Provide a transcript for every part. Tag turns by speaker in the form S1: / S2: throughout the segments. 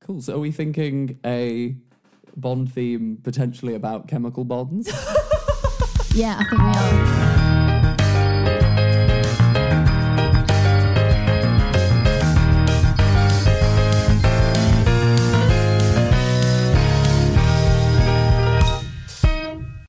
S1: Cool. So are we thinking a Bond theme potentially about chemical bonds?
S2: Yeah, I think we are.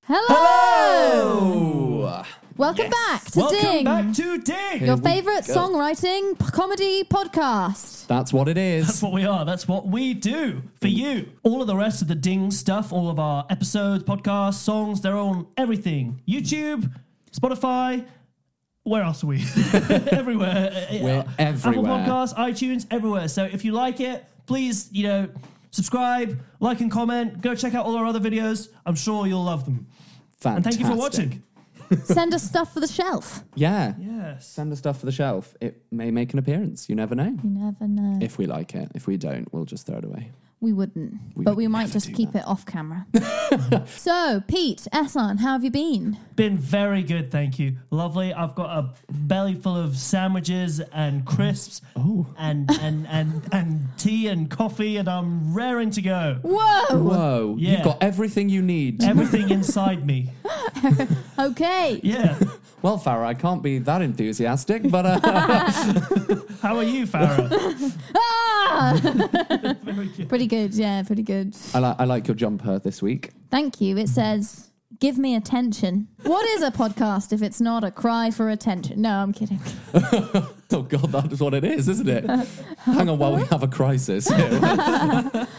S2: Hello!
S1: Hello!
S2: Welcome back to
S3: Welcome
S2: Ding,
S3: back to Ding.
S2: your
S1: we
S2: favourite
S1: go.
S2: songwriting p- comedy podcast.
S1: That's what it
S3: That's
S1: is.
S3: what we are. That's what we do for you. All of the rest of the Ding stuff, all of our episodes, podcasts, songs, they're on everything. YouTube, Spotify. Where else are we? everywhere.
S1: We're
S3: Apple
S1: everywhere.
S3: Podcasts, iTunes, everywhere. So if you like it, please, you know, subscribe, like, and comment. Go check out all our other videos. I'm sure you'll love them.
S1: Fantastic.
S3: And thank you for watching.
S2: Send us stuff for the shelf.
S1: Yeah.
S3: Yes.
S1: Send us stuff for the shelf. It may make an appearance. You never know.
S2: You never know.
S1: If we like it. If we don't, we'll just throw it away.
S2: we wouldn't,
S1: We
S2: but
S1: would
S2: we might
S1: never
S2: just
S1: do
S2: keep it off camera. so, Pete, Essan, how have you been?
S3: Been very good, thank you. Lovely. I've got a belly full of sandwiches and crisps and, and and and tea and coffee and I'm raring to go.
S2: Whoa!
S1: Whoa. You've
S3: Yeah.
S1: got everything you need.
S3: Everything inside me.
S2: Okay.
S3: Yeah.
S1: well, Farah, I can't be that enthusiastic, but uh,
S3: How are you, Farah?
S2: Ah!
S3: Very good.
S2: pretty good, yeah, pretty good.
S1: I, li- I like your jumper this week.
S2: Thank you. It says, give me attention. What is a podcast if it's not a cry for attention? No, I'm kidding.
S1: Oh God, that is what it is, isn't it? Hang on while we have a crisis.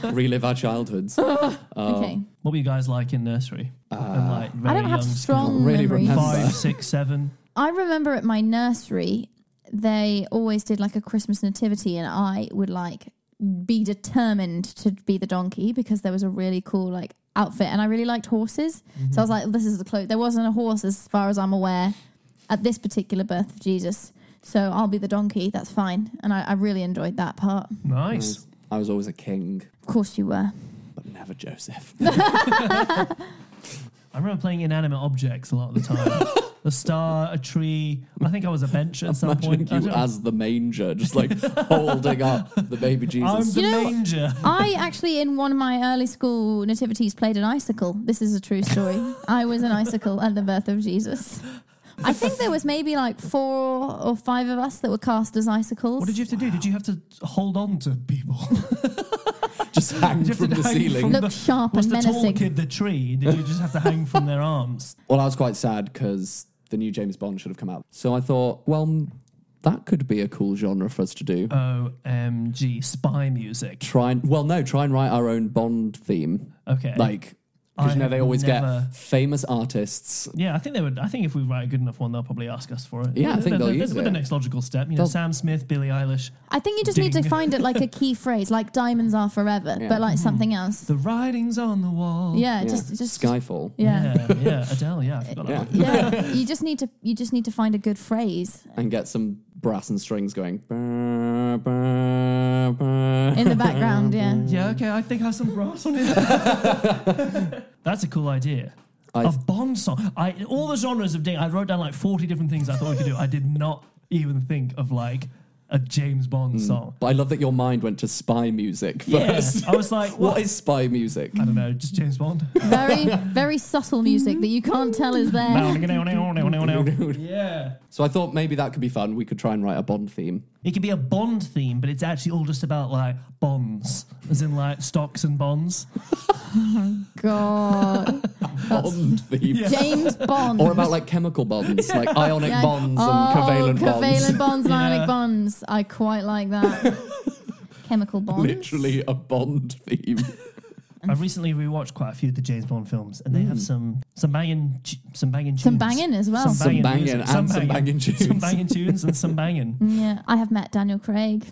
S1: Relive our childhoods.
S2: okay.
S3: What were you guys like in nursery?
S1: Uh,
S3: and like
S2: I
S3: very
S2: don't have
S3: young
S2: strong
S1: Really
S2: memories.
S1: remember.
S3: Five, six, seven.
S2: I remember at my nursery, they always did like a Christmas nativity, and I would like be determined to be the donkey because there was a really cool like outfit, and I really liked horses. So I was like, this is the clothes. There wasn't a horse as far as I'm aware at this particular birth of Jesus. So I'll be the donkey. That's fine. And I, I really enjoyed that part.
S3: Nice.
S1: I was always a king,
S2: Of course you were.
S1: but never Joseph.
S3: I remember playing inanimate objects a lot of the time. a star, a tree. I think I was a bench at some
S1: Imagining
S3: point. I
S1: you
S3: don't-
S1: as the manger, just like holding up the baby
S3: I'm
S1: Jesus.
S3: the
S2: You know-
S3: manger.
S2: I actually, in one of my early school nativities, played an icicle. This is a true story. I was an icicle at the birth of Jesus. I think there was maybe like four or five of us that were cast as icicles.
S3: What did you have to do? Did you have to hold on to people?
S1: just hang
S3: You have
S1: from
S3: to
S1: the
S3: hang
S1: ceiling.
S3: from
S2: Look sharp
S3: Was
S2: and
S3: the tall
S2: menacing.
S3: kid the tree? Did you just have to hang from their arms?
S1: Well, I was quite sad because the new James Bond should have come out. So I thought, well, mm, that could be a cool genre for us to do.
S3: Uh, OMG, spy music.
S1: Try and well, no, try and write our own Bond theme,
S3: Okay.
S1: like because
S3: Eh, I
S1: you know they
S3: have
S1: always
S3: never-
S1: get famous artists.
S3: yeah, I think they would. I think if we write a good enough one, they'll probably ask us for it.
S1: Yeah, I think they'll use
S3: that's the
S1: it.
S3: next logical step. You know,
S1: They'll-
S3: Sam Smith, Billie Eilish,
S2: I think you just need to
S3: Ding.
S2: find it like a key phrase, like diamonds are forever,
S1: Yeah.
S2: but like something else.
S3: the writing's on the wall.
S2: Yeah,
S1: Yeah.
S2: just just
S1: Skyfall.
S2: Yeah.
S3: yeah, yeah, Adele. Yeah, I forgot
S1: Yeah.
S3: about that.
S2: Yeah, you just need to you just need to find a good phrase
S1: and get some brass and strings going. "Bah, bah, bah."
S2: in the background. Yeah,
S3: Yeah, okay. I think I have some brass on it. That's a cool idea.
S1: I've-
S3: a Bond song. I all the genres of Ding. I wrote down like forty different things I thought we could do. I did not even think of like a James Bond song.
S1: But I love that your mind went to spy music first.
S3: Yes, I was like, what?
S1: What is spy music?
S3: I don't know, just James Bond.
S2: very very subtle music that you can't tell is there.
S3: yeah.
S1: So I thought maybe that could be fun. We could try and write a Bond theme.
S3: It could be a Bond theme, but it's actually all just about like bonds, as in like stocks and bonds.
S2: God, That's-
S1: Bond theme.
S3: Yeah.
S2: James Bond.
S1: Or about like chemical bonds, like ionic
S2: Yeah.
S1: bonds
S2: Oh,
S1: and covalent,
S2: covalent
S1: bonds.
S2: bonds, and ionic
S3: Yeah.
S2: bonds. I quite like that. Chemical bonds.
S1: Literally a Bond theme.
S3: I've recently rewatched quite a few of the James Bond films, and they have some some banging tu- some banging tunes.
S2: Some banging as well.
S1: Some banging
S3: music,
S1: and some banging tunes.
S3: Some banging tunes and some banging.
S2: Mm, yeah, I have met Daniel Craig.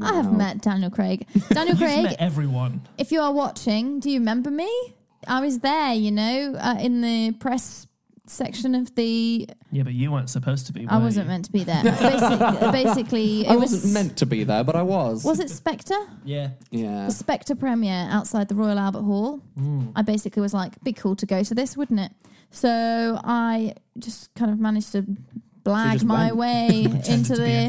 S2: I have
S1: Wow.
S2: met Daniel Craig. Daniel
S3: You've
S2: Craig,
S3: met everyone.
S2: if you are watching, do you remember me? I was there, you know, uh, in the press section of the.
S3: Yeah, but you weren't supposed to be.
S2: I
S3: were
S2: wasn't
S3: you?
S2: meant to be there. Basically, basically it
S1: I
S2: was.
S1: wasn't meant Uh. to be there, but I was.
S2: was it Spectre?
S3: Yeah.
S1: Yeah.
S2: the Spectre premiere outside the Royal Albert Hall.
S3: Mm.
S2: I basically was like, be cool to go to this, wouldn't it? So I just kind of managed to blagged
S1: just
S2: my
S1: went.
S2: way into
S3: to be a
S2: the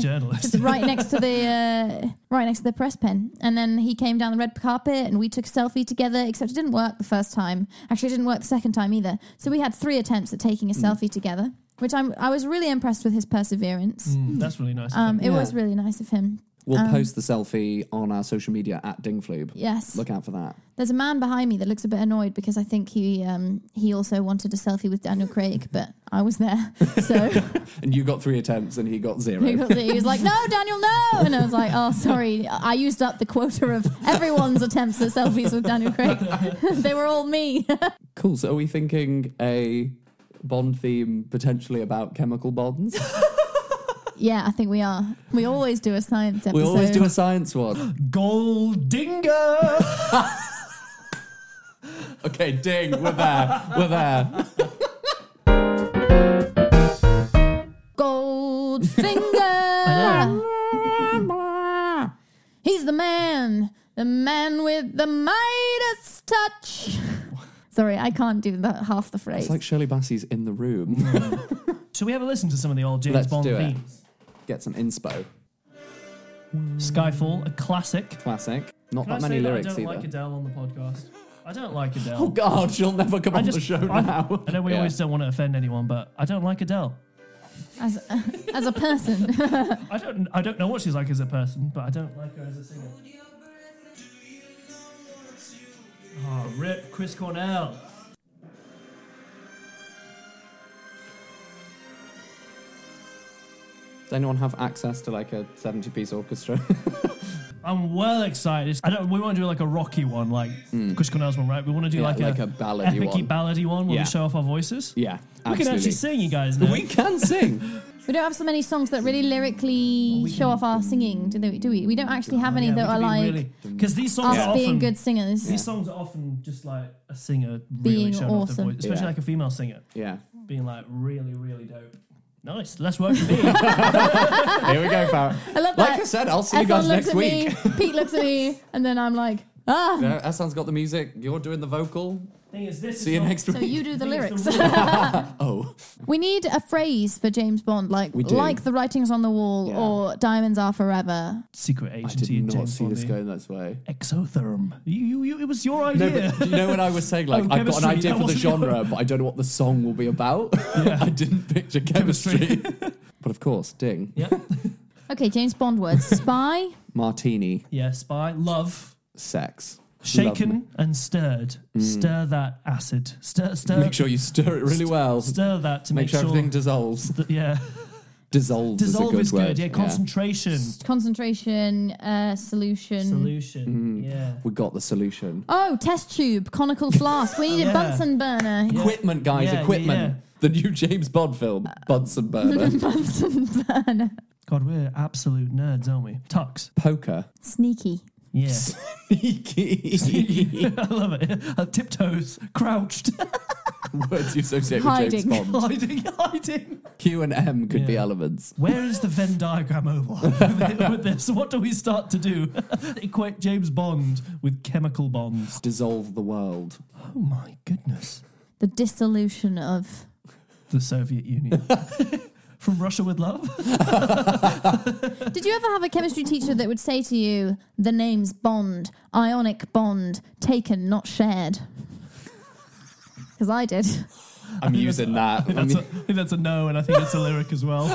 S3: journalist.
S2: to the- right next to the uh, right next to the press pen, and then he came down the red carpet, and we took a selfie together. Except it didn't work the first time. Actually, it didn't work the second time either. So we had three attempts at taking a
S3: Mm.
S2: selfie together, which I'm I was really impressed with his perseverance.
S3: Mm, that's really nice. of
S2: Um,
S3: him.
S2: it
S1: Yeah.
S2: was really nice of him.
S1: We'll
S2: Um,
S1: post the selfie on our social media at Dingfloob.
S2: Yes.
S1: Look out for that.
S2: There's a man behind me that looks a bit annoyed because I think he um, he also wanted a selfie with Daniel Craig, but I was there, so
S1: And you got three attempts and he got zero.
S2: he was- he was like, "No, Daniel, no," and I was like, "Oh, sorry, I used up the quota of everyone's attempts at selfies with Daniel Craig. they were all me."
S1: Cool. So are we thinking a Bond theme potentially about chemical bonds?
S2: yeah, I think we are. We always do a science episode.
S1: we always do a science one.
S3: Goldinga.
S1: Okay, ding, we're there. We're there.
S2: gold
S3: know.
S2: finger. He's the man, the man with the Midas touch. Sorry, I can't do that half the
S1: It's
S2: phrase.
S1: like Shirley Bassey's in the room.
S3: Should we have a listen to some of the old James
S1: Let's
S3: Bond
S1: do it.
S3: themes?
S1: Get some inspo.
S3: Skyfall, a classic.
S1: Classic. Not
S3: Can I
S1: that
S3: say
S1: many
S3: that
S1: lyrics
S3: I don't
S1: either.
S3: like Adele on the podcast. I don't like Adele.
S1: oh God, she'll never come
S3: I
S1: on
S3: just
S1: the show
S3: I,
S1: now.
S3: I know we
S1: Yeah.
S3: always don't want to offend anyone, but I don't like Adele.
S2: as, as a person.
S3: I don't I don't know what she's like as a person, but I don't like her as a singer. Oh, rip Chris Cornell.
S1: Does anyone have access to like a 70 piece orchestra?
S3: I'm well excited. I don't. We want to do like a rocky one, like Chris Cornell's one, right? We want to do
S1: Hmm. Yeah,
S3: like,
S1: like
S3: a,
S1: a ballady
S3: epic
S1: one.
S3: ballady one where
S1: Yeah.
S3: we show off our voices.
S1: yeah, absolutely.
S3: We can actually sing, you guys. Now.
S1: We can sing.
S2: we don't have so many songs that really lyrically show off our singing, do, they, do we? We don't actually have any
S3: Yeah, we
S2: that
S3: could
S2: are
S3: be
S2: like
S3: really- because these songs
S2: us
S3: are
S2: being
S3: often
S2: good singers.
S3: These songs are often just like a singer really
S2: Being
S3: showing off their
S2: awesome.
S3: voice, especially
S1: Yeah.
S3: like a female singer
S1: Yeah.
S3: being like really, really dope. Nice. Let's work with me.
S1: Here we go, Farrah.
S2: I
S1: Like
S2: love that.
S1: I said, I'll see you
S2: Everyone
S1: guys
S2: looks
S1: next week.
S2: at me, Pete looks at me, and then I'm like, ah.
S1: No, Essan's got the music. You're doing the vocal.
S3: Thing is, this
S1: See you
S3: is not-
S1: next
S2: So
S1: week.
S2: you do the
S3: thing is,
S2: lyrics.
S3: the real-
S1: Oh,
S2: We need a phrase for James Bond, like
S1: We do.
S2: like the writings on the wall
S1: Yeah.
S2: or diamonds are forever.
S3: secret
S1: I
S3: agent.
S1: did not see this
S3: Bond.
S1: going this way.
S3: Exotherm. You, you, you, it was your
S1: No,
S3: idea.
S1: but do you know when I was saying like
S3: Oh,
S1: I've got an
S3: chemistry,
S1: idea
S3: that
S1: for the
S3: wasn't your-
S1: genre, but I don't know what the song will be about. I didn't picture chemistry. but of course, ding.
S3: yeah.
S2: Okay, James Bond words: spy,
S1: Martini,
S3: Yeah. Spy. Love.
S1: sex. Love
S3: Shaken and stirred. Stir that acid. Stir. Stir.
S1: me. Mm. Make sure you stir it really well.
S3: Stir that to
S1: make,
S3: make,
S1: sure, everything dissolves.
S3: that- yeah.
S1: Dissolves
S3: Dissolve
S1: is a good word.
S3: Yeah. Concentration.
S2: concentration, uh, solution.
S1: Mm.
S3: Solution. Yeah.
S1: We got the solution.
S2: oh, test tube, conical flask. We need
S3: Yeah.
S2: a Bunsen burner.
S1: Equipment, guys.
S3: Yeah, yeah,
S1: equipment.
S3: yeah.
S1: The new James Bond film, Bunsen Burner.
S2: Bunsen burner.
S3: God, we're absolute nerds, aren't we? Tux.
S1: Poker.
S2: Sneaky.
S3: Yeah.
S1: Sneaky.
S3: I love it. Uh, tiptoes, crouched,
S1: Words you associate with James
S2: Hiding.
S1: Bond.
S3: hiding, hiding.
S1: Q and M could be
S3: Yeah.
S1: elements.
S3: Where is the Venn diagram over with this? What do we start to do? Equate James Bond with chemical bonds.
S1: Dissolve the world.
S3: Oh my goodness.
S2: The dissolution of.
S3: The Soviet Union. From Russia with Love?
S2: Did you ever have a chemistry teacher that would say to you, "The name's Bond, ionic bond, taken not shared"? Because I did.
S1: I'm using that.
S3: That's a, I think that's a no, and I think that's a lyric as well.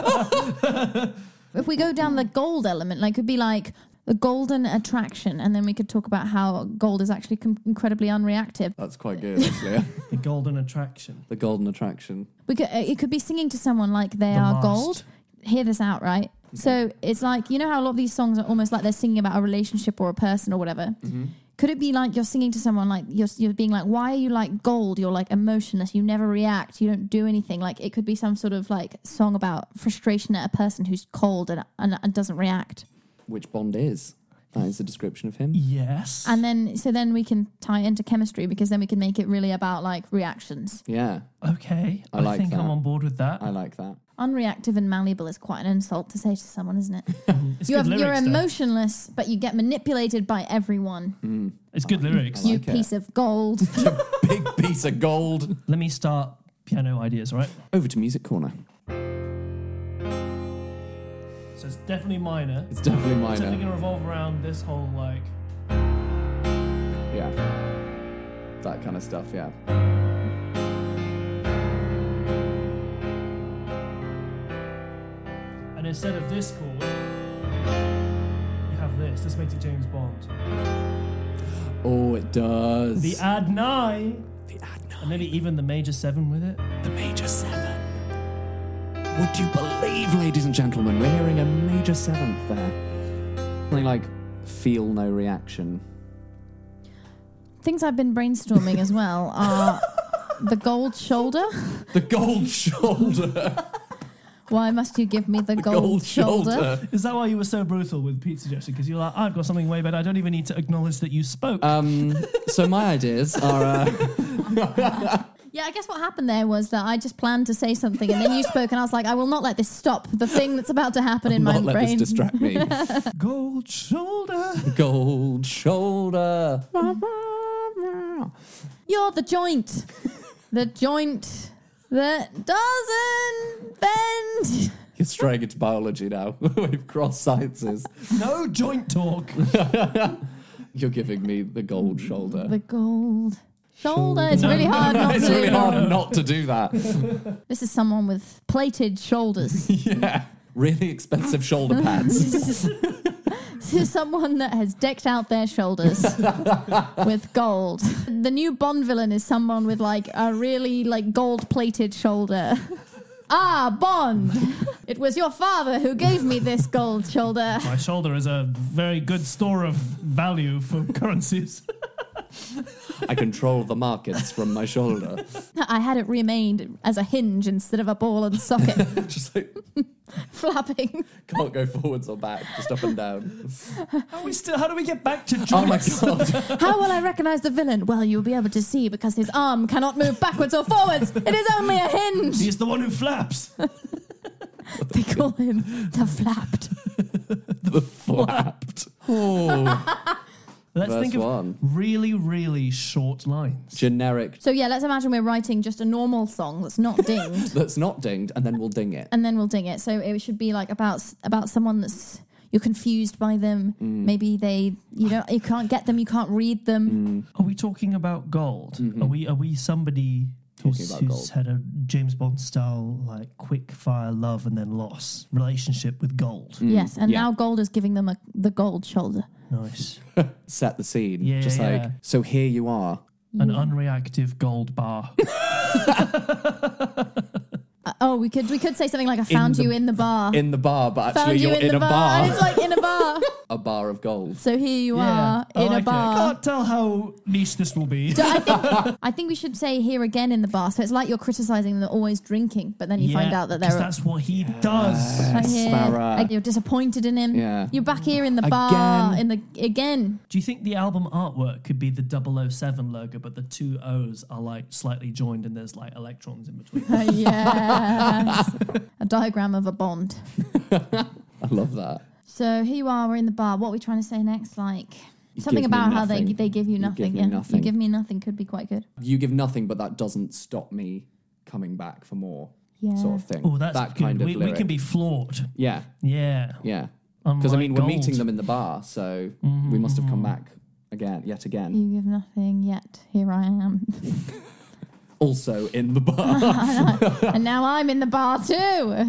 S2: If we go down the gold element, like it could be like the golden attraction, and then we could talk about how gold is actually com- incredibly unreactive.
S1: That's quite good, actually.
S3: The Golden Attraction.
S1: the golden attraction.
S2: We could, uh, it could be singing to someone like they
S3: The
S2: are
S3: Last.
S2: gold. Hear this out, right?
S3: Mm-hmm.
S2: So it's like you know how a lot of these songs are almost like they're singing about a relationship or a person or whatever.
S3: Mm-hmm.
S2: Could it be like you're singing to someone like you're you're being like, why are you like gold? You're like emotionless. You never react. You don't do anything. Like it could be some sort of like song about frustration at a person who's cold and and, and doesn't react.
S1: Which Bond is? That is the description of him.
S3: Yes.
S2: And then, so then we can tie it into chemistry because then we can make it really about like reactions.
S1: Yeah,
S3: okay.
S1: I
S3: I,
S1: like
S3: think
S1: that.
S3: I'm on board with that.
S1: I like that.
S2: Unreactive and malleable is quite an insult to say to someone, isn't it?
S3: It's
S2: you have,
S3: good
S2: you're
S3: lyrics, though.
S2: emotionless, but you get manipulated by everyone.
S1: Hmm.
S3: It's good lyrics.
S2: you
S1: like it.
S2: piece of gold.
S1: Big piece of gold.
S3: Let me start piano ideas, all right?
S1: Over to music corner.
S3: So it's definitely minor.
S1: It's definitely
S3: It's definitely
S1: minor.
S3: gonna revolve around this whole like
S1: Yeah. That kind of stuff, yeah.
S3: and instead of this chord, you have this. This makes it James Bond.
S1: Oh, it does.
S3: The ad nine.
S1: The ad
S3: And maybe even the major seven with it.
S1: The major seven. Would you believe, ladies and gentlemen, we're hearing a major seventh there? Something like feel no reaction.
S2: Things I've been brainstorming as well are the gold shoulder.
S1: The gold shoulder.
S2: Why must you give me the, gold, shoulder?
S3: Is that why you were so brutal with Pete's suggestion? Because you're like, I've got something way better. I don't even need to acknowledge that you spoke.
S1: Um, so my ideas are uh,
S2: Yeah, I guess what happened there was that I just planned to say something and then you spoke, and I was like, I will not let this stop the thing that's about to happen in my
S1: not let
S2: brain.
S1: this distract me.
S3: Gold shoulder.
S1: gold shoulder.
S2: You're the joint. The joint that doesn't bend.
S1: You're straying into biology now. We've crossed sciences.
S3: No joint talk.
S1: You're giving me the gold shoulder.
S2: The gold shoulder. It's really hard not
S1: it's
S2: to.
S1: really hard not to do that.
S2: This is someone with plated shoulders.
S1: Yeah. Really expensive shoulder pads.
S2: this is someone that has decked out their shoulders with gold. The new Bond villain is someone with like a really like gold plated shoulder. Ah, Bond! It was your father who gave me this gold shoulder.
S3: My shoulder is a very good store of value for currencies.
S1: I control the markets from my shoulder.
S2: I had it remained as a hinge instead of a ball and socket
S1: Just like
S2: flapping.
S1: can't go forwards or back, just up and down.
S3: How we still? How do we get back to joints?
S1: Oh my god.
S2: How will I recognize the villain? Well, you'll be able to see because his arm cannot move backwards or forwards. It is only a hinge.
S3: He's the one who flaps.
S2: They call him the flapped.
S1: The flapped. Oh.
S3: Let's
S1: Verse
S3: think of
S1: one.
S3: really, really short lines.
S1: Generic
S2: So yeah, let's imagine we're writing just a normal song that's not dinged,
S1: that's not dinged, and then we'll ding it.
S2: and then we'll ding it. So it should be like about about someone that's you're confused by them.
S1: Mm.
S2: Maybe they you don't you can't get them, you can't read
S1: Mm.
S2: them.
S3: Are we talking about gold? Are we? Are we somebody
S1: Mm-hmm. Talking
S3: who's,
S1: about gold.
S3: who's had a James Bond style like quick fire love and then loss relationship with gold?
S1: Mm.
S2: Yes, and
S1: yeah.
S2: now gold is giving them a, the gold shoulder.
S3: Nice.
S1: Set the scene.
S3: Yeah,
S1: just like,
S3: yeah.
S1: so here you are.
S3: An unreactive gold bar.
S2: Uh, oh, we could we could say something like I found
S1: the-
S2: you in the bar.
S1: In the bar, but
S2: found
S1: actually
S2: you
S1: you're
S2: in, the
S1: a
S2: bar.
S1: bar.
S2: And it's like in a bar.
S1: a bar of gold.
S2: so here you
S3: Yeah,
S2: are
S3: I
S1: Oh,
S2: in
S3: like
S2: a
S3: it.
S2: bar.
S3: Can't tell how niche this will be.
S2: So I think I think we should say here again in the bar. So it's like you're criticizing them always drinking, but then you find
S3: Yeah,
S2: out that
S3: 'cause
S2: they're
S3: that's what he does.
S2: Like here,
S1: Sparrow.
S2: like you're disappointed in him.
S1: Yeah.
S2: You're back here in the bar
S1: Again.
S2: in the again.
S3: Do you think the album artwork could be the 007 logo, but the two O's are like slightly joined and there's like electrons in between?
S2: Uh, yes. a diagram of a bond.
S1: I love that.
S2: So here you are, we're in the bar. What are we trying to say next? Like something
S1: give me
S2: about how they
S1: nothing.
S2: they give you
S1: You give
S2: nothing.
S1: me
S2: yeah.
S1: nothing.
S2: You give me nothing could be quite good.
S1: You give nothing, but that doesn't stop me coming back for more.
S2: Yeah.
S1: Sort of thing.
S3: Oh, that's
S1: that
S3: good.
S1: kind of
S3: we, we
S1: lyric.
S3: can be flawed.
S1: Yeah,
S3: Yeah.
S1: yeah. Because I
S3: Unlike
S1: mean,
S3: gold. Mm-hmm,
S1: we're meeting them in the bar, so we must have come back again, yet again.
S2: You give nothing yet. Here I am.
S1: Also in the bar,
S2: and now I'm in the bar too.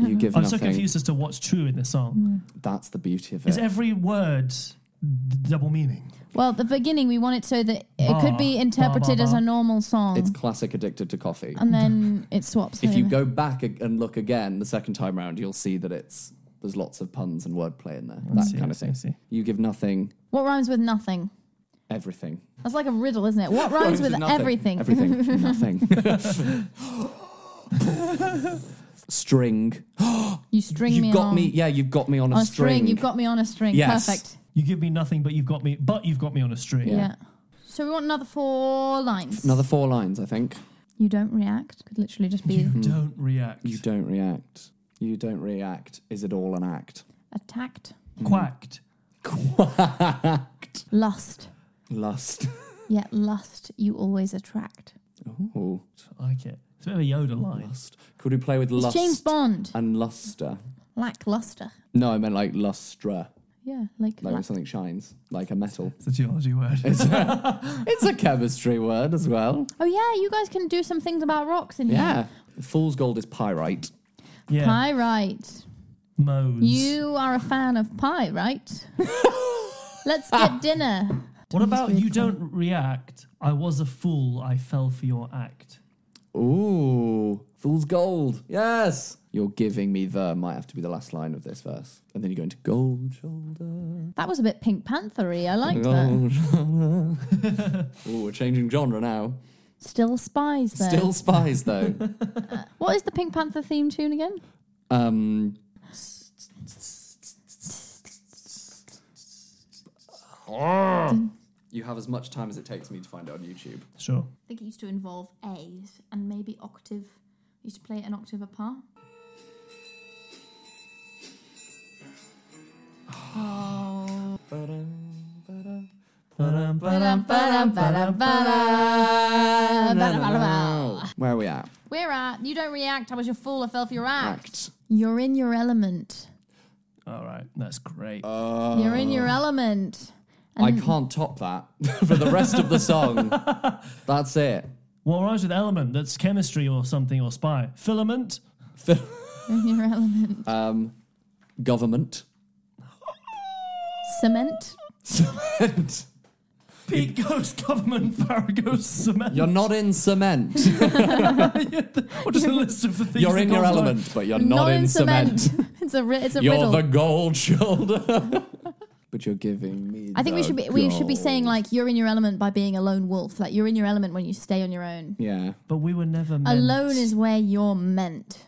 S1: you give
S3: I'm so
S1: nothing.
S3: confused as to what's true in this song.
S1: That's the beauty of
S3: Is
S1: it.
S3: every word d- double meaning?
S2: Well, at the beginning we want it so that it could be
S3: Bar,
S2: interpreted
S3: bar,
S2: as
S3: bar.
S2: a normal song.
S1: It's classic addicted to coffee.
S2: and then it swaps.
S1: if you
S2: over.
S1: go back a- and look again the second time round, you'll see that it's there's lots of puns and wordplay in there. That
S3: see,
S1: kind
S3: I
S1: of
S3: see,
S1: thing.
S3: I see.
S1: You give nothing,
S2: what rhymes with nothing?
S1: everything.
S2: That's like a riddle, isn't it? What rhymes with
S1: nothing.
S2: everything?
S1: Everything. nothing. String.
S2: You string me
S1: You've got
S2: on,
S1: me. Yeah, you've got me on a,
S2: on a string. You've got me on a string.
S1: Yes.
S2: Perfect.
S3: You give me nothing, but you've got me. But you've got me on a string.
S2: Yeah.
S1: Yeah.
S2: So we want another four lines.
S1: Another four lines, I think.
S2: You don't react. Could literally just be
S3: Don't react.
S1: Mm-hmm. You don't react. You don't react. Is it all an act?
S2: attacked,
S1: Mm-hmm.
S3: Quacked.
S1: Quacked.
S2: lust.
S1: Lust.
S2: Yet lust you always attract.
S1: Ooh,
S3: I like it. It's a bit of a Yoda line.
S1: lust. Could we play with lust
S2: It's James Bond.
S1: and luster?
S2: Lackluster.
S1: No, I meant like lustra,
S2: Yeah, like,
S1: like when
S2: lack-
S1: something shines, like a metal.
S3: It's a geology word.
S1: It's a chemistry word as well.
S2: Oh yeah, you guys can do some things about rocks in here.
S1: Yeah. Fool's gold is pyrite.
S3: yeah.
S2: Pyrite.
S3: Modes.
S2: You are a fan of pie, right? Let's get dinner.
S3: what about you don't react? I was a fool. I fell for your act.
S1: Ooh, fool's gold. Yes. You're giving me the might have to be the last line of this verse. And then you go into gold shoulder.
S2: That was a bit Pink Panthery. I liked that.
S1: Gold shoulder. Ooh, we're changing genre now.
S2: Still spies though.
S1: Still spies though.
S2: What is the Pink Panther theme tune again?
S1: Um You have as much time as it takes me to find it on YouTube.
S3: Sure.
S2: I think it used to involve A's and maybe octave. Used to play it an octave apart. Oh.
S1: Where are we at?
S2: We're at you don't react. I was your fool. I fell for your act.
S1: Act.
S2: You're in your element.
S3: All right. That's great.
S2: You're in
S1: Oh.
S2: your element.
S1: I can't top that for the rest of the song. That's it.
S3: what rhymes with element? That's chemistry or something or spy. Filament.
S2: You're in your element.
S1: Um, Government.
S2: Cement.
S1: Cement.
S3: Pete goes government. Farrah goes cement.
S1: You're not in cement.
S3: What is a list of the things?
S1: You're
S3: that
S1: in your
S3: goes on?
S1: element, but you're not, in cement.
S2: it's a ri- it's a
S1: You're
S2: riddle.
S1: the gold shoulder. but you're giving me.
S2: I think we
S1: the
S2: should be we should be
S1: gold.
S2: saying like you're in your element by being a lone wolf. Like you're in your element when you stay on your own.
S1: Yeah.
S3: But we were never meant.
S2: Alone is where you're meant.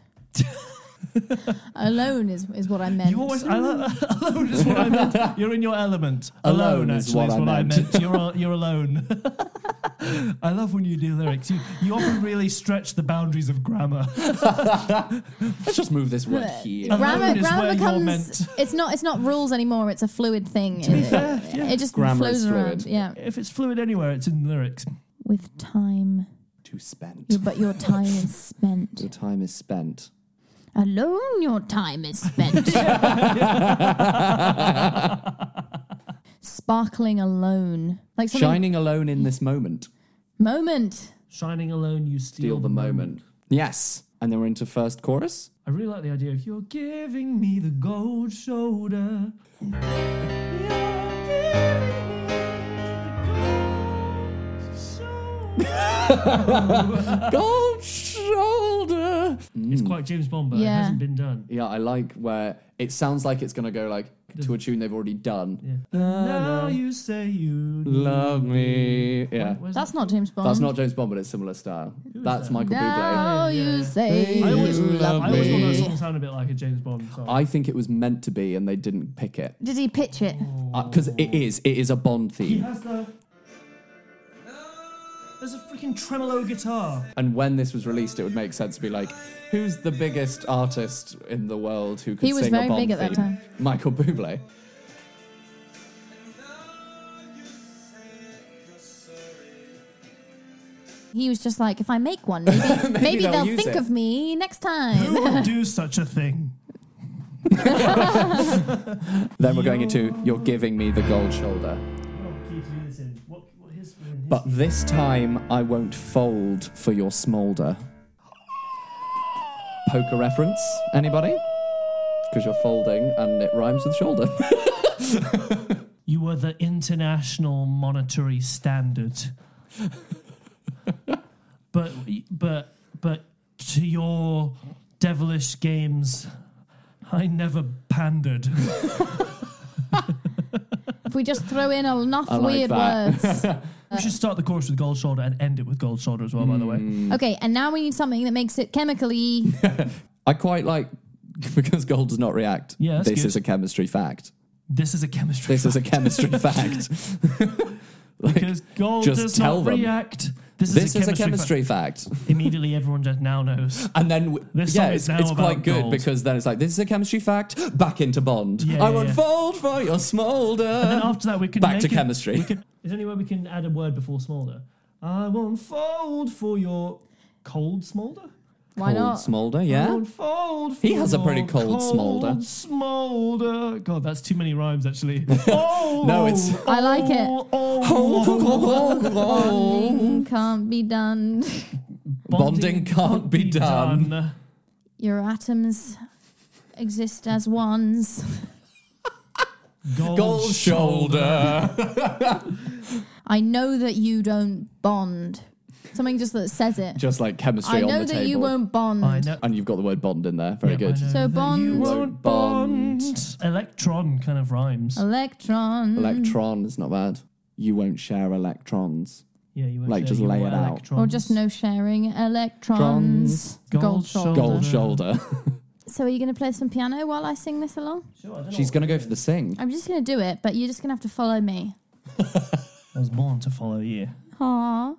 S2: Alone is, is what I meant.
S3: You always I, lo- alone is what I meant. You're in your element.
S1: Alone is
S3: actually,
S1: what I meant.
S3: You're al- you're alone. I love when you do lyrics. You you often really stretch the boundaries of grammar.
S1: Let's just move this word here.
S2: grammar
S3: Alone is
S2: grammar
S3: where you're
S2: becomes
S3: meant.
S2: it's not it's not rules anymore. It's a fluid thing. it,
S3: fair,
S2: it-
S3: yeah.
S2: it just
S1: Grammar is
S2: flows around.
S1: fluid.
S2: Yeah,
S3: If it's fluid anywhere, it's in lyrics.
S2: with time,
S1: To spend.
S2: you- but your time is spent.
S1: Your time is spent.
S2: Alone, your time is spent. Sparkling alone, like something
S1: Shining alone in this moment.
S2: moment.
S3: Shining alone, you steal,
S1: Feel the moment. Yes. And then we're into first chorus.
S3: I really like the idea of you're giving me the gold shoulder.
S1: Gold shoulder.
S3: It's quite James Bond, but
S2: Yeah.
S3: it hasn't been done.
S1: Yeah, I like where it sounds like it's gonna go like to a tune they've already done.
S3: Yeah. now you say you
S1: Love me. Yeah.
S3: Where's
S2: That's not James Bond.
S1: That's not James Bond, but it's similar style. That's
S3: that?
S1: Michael Bublé.
S2: Now
S3: Yeah.
S2: you say
S1: I
S3: I always,
S1: always-
S2: you love
S1: I
S3: I always thought that
S1: me.
S2: me.
S3: song sounded a bit like a James Bond song.
S1: I think it was meant to be, and they didn't pick it
S2: Did he pitch it?
S1: because it is. It is a Bond
S3: he
S1: theme.
S3: has the. There's a freaking tremolo guitar.
S1: And when this was released, it would make sense to be like, "Who's the biggest artist in the world who could
S2: He was
S1: sing
S2: very
S1: a Bond
S2: big at that
S1: theme?"
S2: time.
S1: Michael Bublé.
S2: He was just like, if I make one, maybe, maybe,
S1: they'll
S2: they'll,
S1: use
S2: think
S1: it.
S2: of me next
S3: Who
S2: time.
S3: would do such a thing?
S1: Then we're going into "You're Giving Me the Gold Shoulder," but this time I won't fold for your smolder. Poker reference? Anybody? Because you're folding, and it rhymes with shoulder.
S3: you were the international monetary standard. but but but to your devilish games, I never pandered.
S2: if we just throw in enough
S1: I like
S2: weird
S1: that.
S2: words.
S3: we should start the chorus with gold shoulder and end it with gold shoulder as well. By the
S1: Hmm.
S3: way,
S2: okay, and now we need something that makes it chemically.
S1: I quite like because gold does not react.
S3: Yeah, that's
S1: this
S3: good.
S1: is a chemistry fact.
S3: this is a chemistry.
S1: This is a chemistry fact. like,
S3: because gold
S1: just
S3: does
S1: tell
S3: not
S1: them.
S3: react. This,
S1: this is a
S3: fact.
S1: chemistry fact.
S3: Immediately, everyone just now knows.
S1: And then, w-
S3: This
S1: yeah,
S3: song
S1: it's,
S3: is now
S1: it's quite
S3: about
S1: good
S3: gold.
S1: because then it's like, this is a chemistry fact, back into Bond.
S3: Yeah,
S1: I
S3: yeah,
S1: won't
S3: yeah.
S1: fold for your
S3: And
S1: smolder.
S3: after that, we can
S1: Back
S3: make
S1: to
S3: it-
S1: chemistry.
S3: we can- is there any way we can add a word before smolder? I won't fold for your cold smolder.
S2: Why
S1: cold
S2: not?
S1: Smolder, yeah.
S3: Cold, fold,
S1: He has a pretty
S3: fold,
S1: cold smolder.
S3: Smolder. God, that's too many rhymes, actually. Oh,
S1: No, it's-
S2: I like it.
S3: Oh, oh,
S2: Bonding can't be done.
S1: Bonding can't be done.
S2: Your atoms exist as ones.
S3: Gold,
S1: Gold shoulder.
S2: I know that you don't bond. Something just that says it.
S1: Just like chemistry
S2: I
S1: on
S2: know
S1: the
S2: that
S1: table.
S2: you won't bond.
S3: I know.
S1: And you've got the word Bond in there. Very
S3: Yeah,
S1: good.
S3: I know
S2: So
S3: that You
S2: bond-
S3: won't
S1: Bond.
S3: bond. Electron kind of rhymes.
S2: Oh. Electron.
S1: Electron is not bad. You won't share electrons.
S3: Yeah, you won't
S1: Like,
S3: say
S1: just
S3: you
S1: lay
S3: were
S1: it out.
S3: electrons.
S2: Or just no sharing. Electrons.
S3: Gold
S2: shoulder.
S1: Gold
S3: Shoulder.
S1: shoulder.
S2: So are you going to play some piano while I sing this along?
S3: Sure, I don't know
S1: She's
S3: what-
S1: going to go for the sing.
S2: I'm just going to do it, but you're just going to have to follow me.
S3: I was born to follow you.
S2: Aww.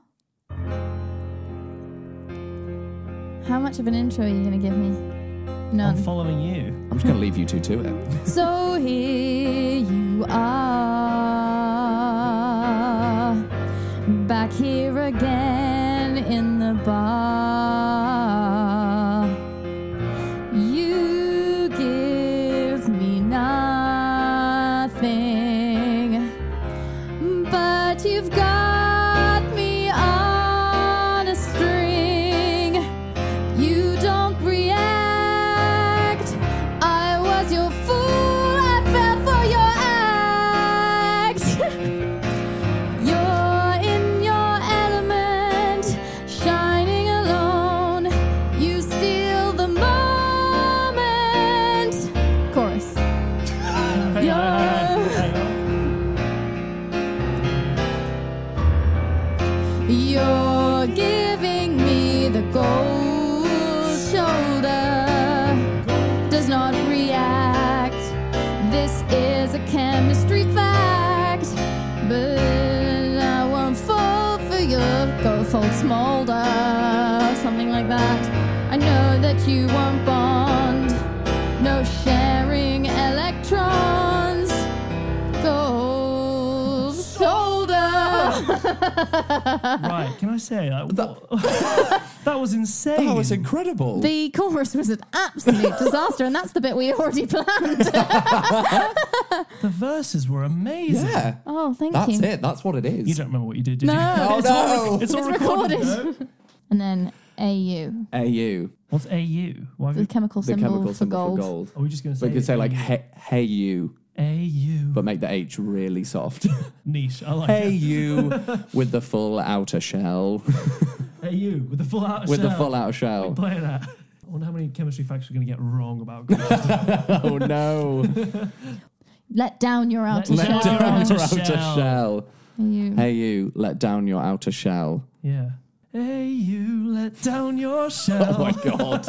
S2: How much of an intro are you going to give me?
S3: I'm
S2: None.
S3: following you.
S1: I'm just going to leave you two to it.
S2: So here you are, back here again in the bar. You give me nothing, but you've got me on a string. You don't react. I was your fool. I fell for your act. You're in your element, shining alone. You steal the moment. Chorus. Yeah. You're giving me the gold shoulder. Does not react. This is a chemistry fact. But I won't fall for your gold smolder. Something like that. I know that you won't bond. No sharing electrons. Gold shoulder.
S3: right, can I say that? That, was insane.
S1: That was Oh, incredible.
S2: The chorus was an absolute disaster, and that's the bit we already planned.
S3: the verses were amazing.
S1: yeah.
S2: oh, thank
S1: That's
S2: you.
S1: it. That's what it is.
S3: You don't remember what you did, did you?
S2: No.
S1: oh,
S3: It's all
S1: no.
S3: It's all
S2: It's
S3: recorded.
S2: recorded.
S3: though.
S2: And then AU,
S1: AU,
S3: What's AU? Why have
S2: the
S3: we,
S2: chemical
S1: the
S2: symbol,
S1: chemical
S2: for,
S1: symbol
S2: gold.
S1: for gold.
S3: are we just going to say?
S1: We could say like hey, hey you,
S3: AU.
S1: but make the H really soft.
S3: Niche. I like
S1: hey you with the full outer shell.
S3: it. AU with the full out.
S1: With the full outer shell.
S3: Play that. I wonder how many chemistry facts we're going to get wrong about. gold.
S1: Oh no.
S2: Let down your outer
S3: Let
S2: shell.
S1: Let down
S3: outer
S1: your outer
S3: shell.
S1: shell.
S2: AU.
S1: Hey you, let down your outer shell.
S3: yeah. AU, let down your
S1: Oh
S3: shell.
S1: my god.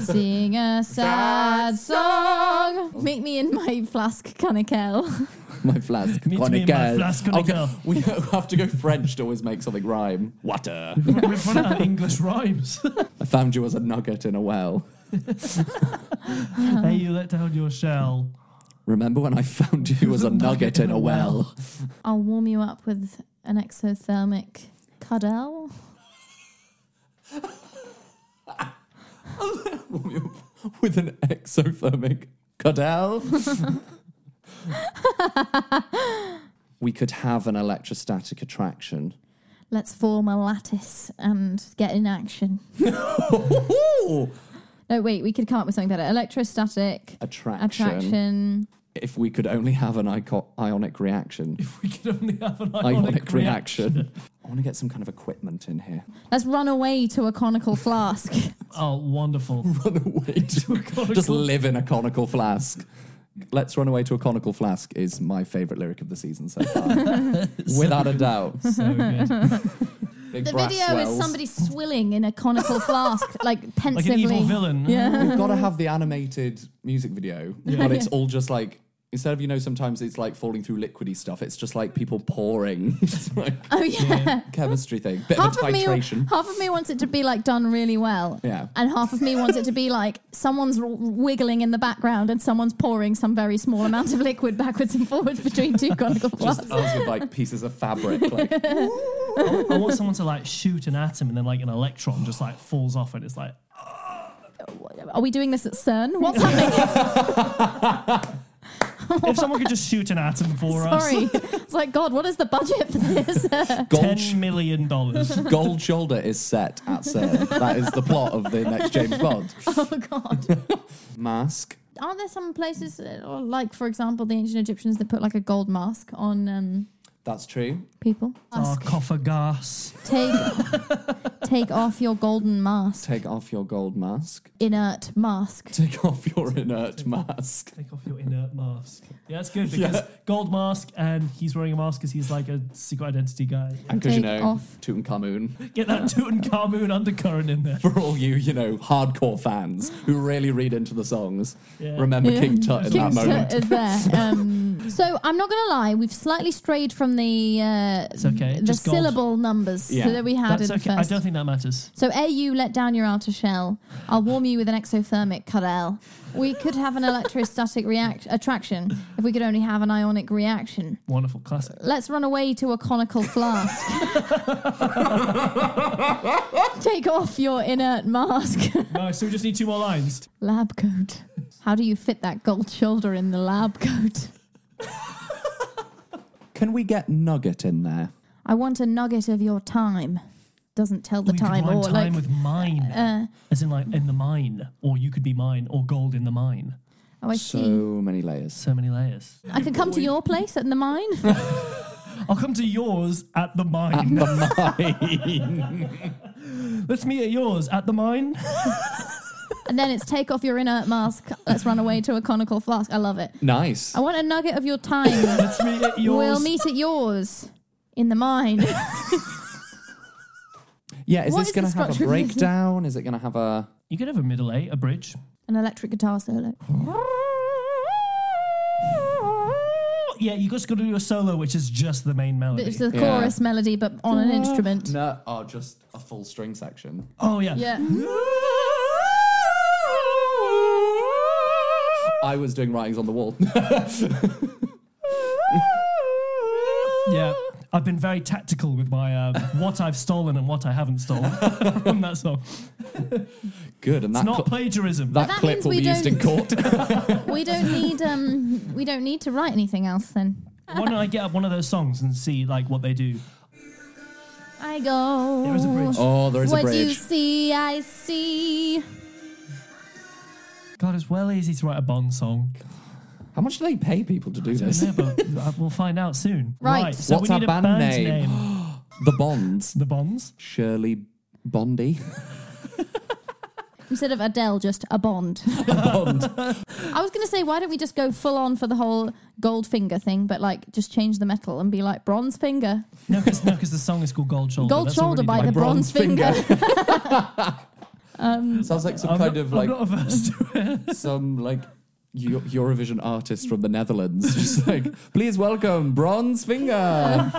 S2: Sing a sad song. Meet me in my flask, Canikel.
S1: My flask.
S3: Meet me in my
S1: Conical.
S3: flask,
S1: Okay,
S3: Conical.
S1: We have to go French to always make something rhyme. Water.
S3: We've run out of English rhymes.
S1: I found you as a nugget in a well.
S3: hey, you let down your shell.
S1: Remember when I found you as a nugget in a well?
S2: I'll warm you up with an exothermic cuddle.
S1: With an exothermic cuddle. we could have an electrostatic attraction.
S2: Let's form a lattice and get in action. No, wait, we could come up with something better. Electrostatic
S1: Attraction.
S2: attraction.
S1: If we could only have an ico- ionic reaction.
S3: If we could only have an
S1: ionic,
S3: ironic, reaction.
S1: reaction. I want to get some kind of equipment in here.
S2: Let's run away to a conical flask.
S3: Oh, wonderful.
S1: Run away to
S3: conical-
S1: Just live in a conical flask. Let's run away to a conical flask is my favourite lyric of the season so far. Without a doubt.
S3: So good.
S1: Big
S2: The
S1: brass
S2: video is
S1: swells.
S2: somebody swilling in a conical flask, like
S3: Like
S2: pensively.
S3: an evil villain.
S2: Yeah.
S1: We've got to have the animated music video, but it's all just like instead of you know sometimes it's like falling through liquidy stuff. It's just like people pouring, It's like
S2: Oh yeah.
S1: chemistry thing, bit
S2: Half
S1: of a
S2: of me,
S1: titration.
S2: half of me wants it to be like done really well.
S1: Yeah.
S2: And half of me wants it to be like someone's r- wiggling in the background and someone's pouring some very small amount of liquid backwards and forwards between two conical
S1: Just
S2: flasks.
S1: us with like pieces of fabric, like
S3: I, I want someone to like shoot an atom and then like an electron just like falls off and it's like
S2: Are we doing this at CERN? What's happening?
S3: if someone could just shoot an atom for us,
S2: Sorry. It's like, God, what is the budget for this?
S1: Gold, sh-
S3: ten million dollars.
S1: gold shoulder is set at CERN. that is the plot of the next James Bond.
S2: oh, God.
S1: Mask.
S2: Aren't there some places, uh, or like, for example, the ancient Egyptians, they put like a gold mask on um,
S1: That's true.
S2: people? Mask.
S3: Sarcophagus.
S2: Take, take off your golden mask,
S1: Take off your gold mask.
S2: inert mask.
S1: Take off your inert mask.
S3: Take off your inert mask. Yeah, that's good because gold mask and he's wearing a mask because he's like a secret identity guy.
S1: And because you
S2: Take
S1: know,
S2: off.
S1: Tutankhamun.
S3: Get that Tutankhamun undercurrent in there.
S1: For all you, you know, hardcore fans who really read into the songs,
S3: Yeah.
S1: remember
S2: Yeah.
S1: King Tut in
S2: King
S1: that
S2: Tut
S1: moment.
S2: is uh, there. Um, so I'm not going to lie, we've slightly strayed from the uh,
S3: okay,
S2: the
S3: just gold.
S2: syllable numbers
S1: Yeah,
S2: that we had
S3: That's
S2: in
S3: okay. I
S2: first.
S3: don't think that matters.
S2: so AU, let down your outer shell. I'll warm you with an exothermic cuddle. We could have an electrostatic react- attraction if we could only have an ionic reaction.
S3: Wonderful classic.
S2: Let's run away to a conical flask. Take off your inert mask.
S3: Nice. So we just need two more lines.
S2: lab coat. How do you fit that gold shoulder in the lab coat?
S1: Can we get Nugget in there?
S2: I want a nugget of your time. Doesn't tell the
S3: we
S2: time
S3: could rhyme
S2: or
S3: time
S2: like uh,
S3: with mine, as in like in the mine, or you could be mine, or gold in the mine.
S2: oh I
S1: So
S2: see.
S1: many layers.
S3: So many layers.
S2: I could come to your place at the mine.
S3: I'll come to yours at the mine. Let's meet at yours at the mine.
S2: and then it's take off your inert mask. Let's run away to a conical flask. I love it.
S1: nice.
S2: I want a nugget of your time.
S3: Let's meet at yours.
S2: we'll meet at yours. In the mine.
S1: Yeah, is
S2: What
S1: this
S2: is
S1: going
S2: the
S1: to have a
S2: structure of this?
S1: breakdown? Is it going to have a.
S3: You could have a middle eight, a bridge.
S2: An electric guitar solo.
S3: Yeah, you just got to do a solo, which is just the main melody.
S2: It's the
S1: Yeah.
S2: chorus melody, but on an instrument.
S1: No, oh, just a full string section.
S3: oh yeah.
S2: Yeah.
S1: I was doing writings on the wall.
S3: Yeah. I've been very tactical with my um, what I've stolen and what I haven't stolen from that song.
S1: Good, and that
S3: It's not
S1: cl-
S3: plagiarism.
S1: that,
S2: That
S1: clip
S2: means
S1: will
S2: we
S1: be used in court.
S2: We don't need um we don't need to write anything else then.
S3: Why don't I get up one of those songs and see like what they do?
S2: I go.
S3: There is a bridge.
S1: oh, there is a
S2: What you
S1: bridge.
S2: see, I see.
S3: God, it's well easy to write a Bond song.
S1: How much do they pay people to do
S3: I don't
S1: this?
S3: know, but uh, we'll find out soon.
S2: Right.
S3: so
S1: What's
S3: we
S1: our
S3: need a
S1: band
S3: band
S1: name?
S3: name.
S1: the Bonds.
S3: The Bonds.
S1: Shirley Bondy.
S2: Instead of Adele, just a Bond.
S1: Bond.
S2: I was going to say, why don't we just go full on for the whole gold finger thing, but like just change the metal and be like bronze finger.
S3: No, because the song is called Gold Shoulder.
S2: Gold
S3: That's
S2: shoulder
S3: already
S2: by
S3: done.
S2: the bronze, finger. Um,
S1: Sounds like some
S3: I'm
S1: kind
S3: not-
S1: of
S3: I'm
S1: like
S3: not averse to it.
S1: some like Eu- Eurovision artist from the Netherlands. Just like, please welcome Bronze Finger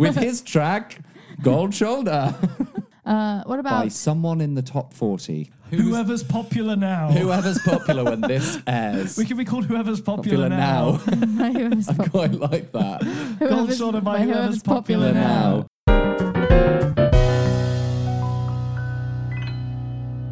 S1: with his track Gold Shoulder
S2: Uh, what
S1: by
S2: about
S1: someone in the top 40. Who's-
S3: Whoever's popular now.
S1: whoever's popular when this airs.
S3: We could be called Whoever's
S1: popular
S3: Popular, now.
S1: now.
S2: whoever's
S1: I
S2: pop-
S1: quite like that.
S2: whoever's-
S3: shoulder by whoever's popular
S1: Popular
S3: now.
S1: now.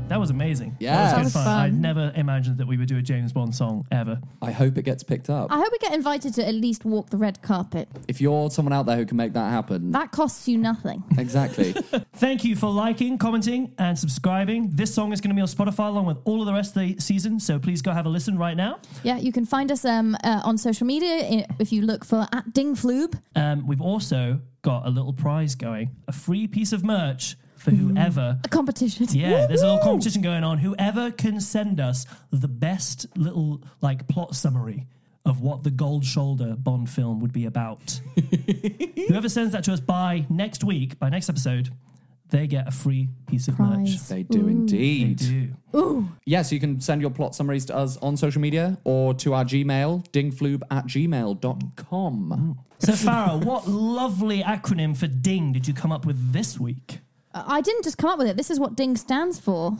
S3: That was amazing.
S1: Yeah.
S3: That
S1: That
S3: was
S2: was
S3: good fun.
S2: fun.
S3: I never imagined that we would do a James Bond song ever.
S1: I hope it gets picked up.
S2: I hope we get invited to at least walk the red carpet.
S1: If you're someone out there who can make that happen,
S2: That costs you nothing.
S1: exactly.
S3: Thank you for liking, commenting, and subscribing. This song is going to be on Spotify along with all of the rest of the season, so please go have a listen right now.
S2: Yeah, you can find us um, uh, on social media i- if you look for at Dingfloob.
S3: Um, we've also got a little prize going a free piece of merch for whoever.
S2: A competition.
S3: Yeah, there's a little
S2: Woohoo!
S3: competition going on. Whoever can send us the best little like plot summary of what the Gold Shoulder Bond film would be about. Whoever sends that to us by next week, by next episode, they get a free piece of merch.
S2: Prize.
S1: they do indeed.
S3: Do.
S1: Yes, you can send your plot summaries to us on social media or to our Gmail, dingfloob at gmail.com.
S3: So Farah, what lovely acronym for DING did you come up with this week?
S2: I didn't just come up with it. This is what Ding stands for.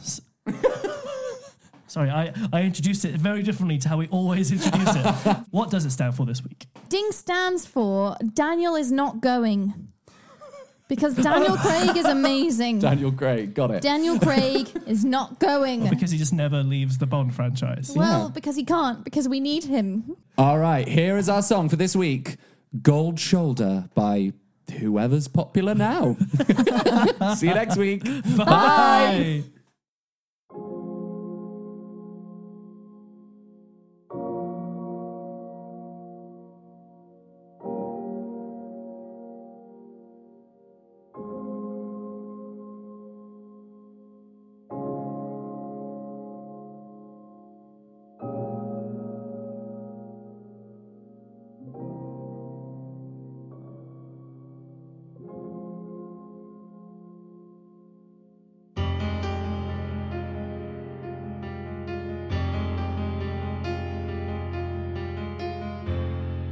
S3: Sorry, I, I introduced it very differently to how we always introduce it. What does it stand for this week?
S2: Ding stands for Daniel is not going. Because Daniel Craig is amazing.
S1: Daniel Craig, got it.
S2: Daniel Craig is not going.
S3: because he just never leaves the Bond franchise.
S2: Well,
S1: Yeah.
S2: because he can't, because we need him.
S1: All right, here is our song for this week Gold Shoulder by whoever's popular now. See you next week.
S3: Bye.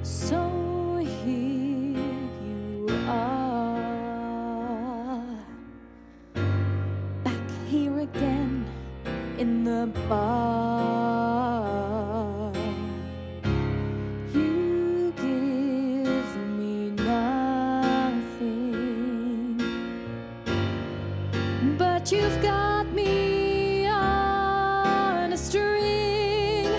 S4: So here you are, back here again in the bar. You give me nothing, but you've got me on a string.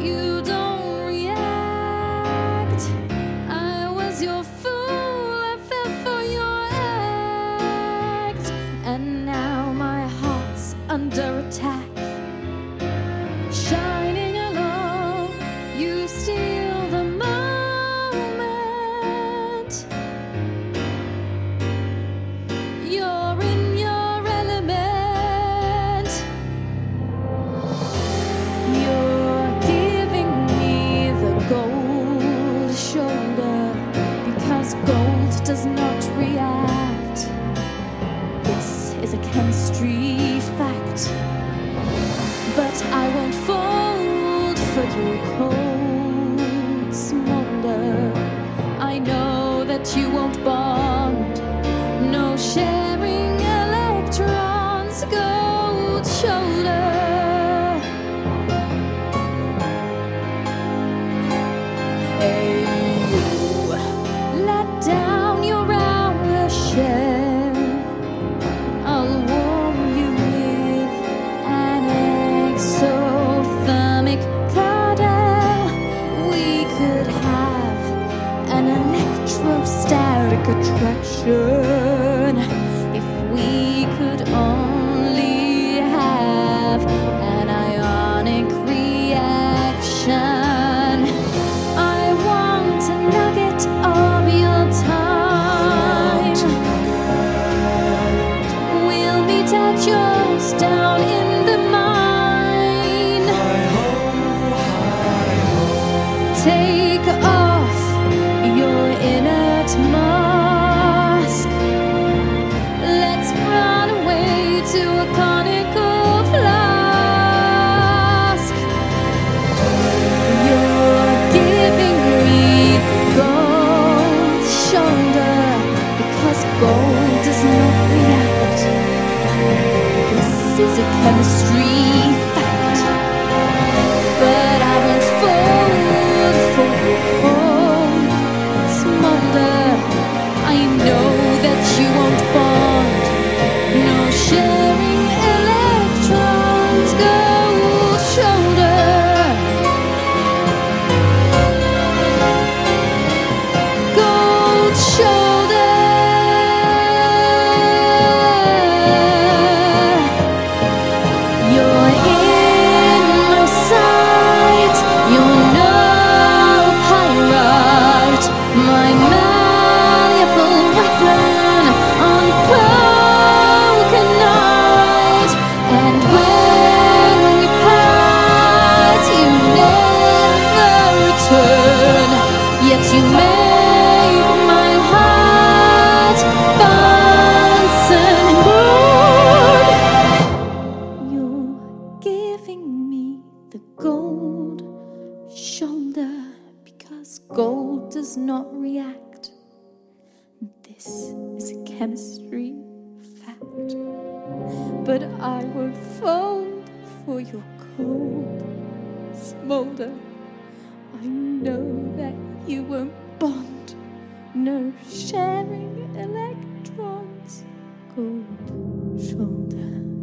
S4: You don't react. I was your fool. I fell for your act. And now my heart's under attack. Shining along, you steal the moment. You're in your element. You're giving me the gold shoulder because gold does not react. This is a chemistry fact, but I won't fold for your cold smolder. I know that you won't bond. No sharing electrons, gold shoulder. Let down your outer shell. I'll warm you with an exothermic cardell. We could have an electrostatic attraction if we could only have an ionic reaction. I want a nugget of your time. We'll meet at yours down in the mine. Take off your inert mask. Let's run away to a conical flask. You're giving me gold shoulder because gold does not react. This is a chemistry fact, but I won't fold for your cold smolder. I know that you won't bond. No sharing electrons, gold shoulder. Gold shoulder. You're in my sight. You're no pirate. My malleable weapon on poker night. And when we part, you never return. Yet you make my heart Bunsen burn. You're giving me the gold shoulder because gold does not react. This is a chemistry fact, but I won't fold for your cold smolder. I know that you won't bond. no sharing electrons, cold shoulder.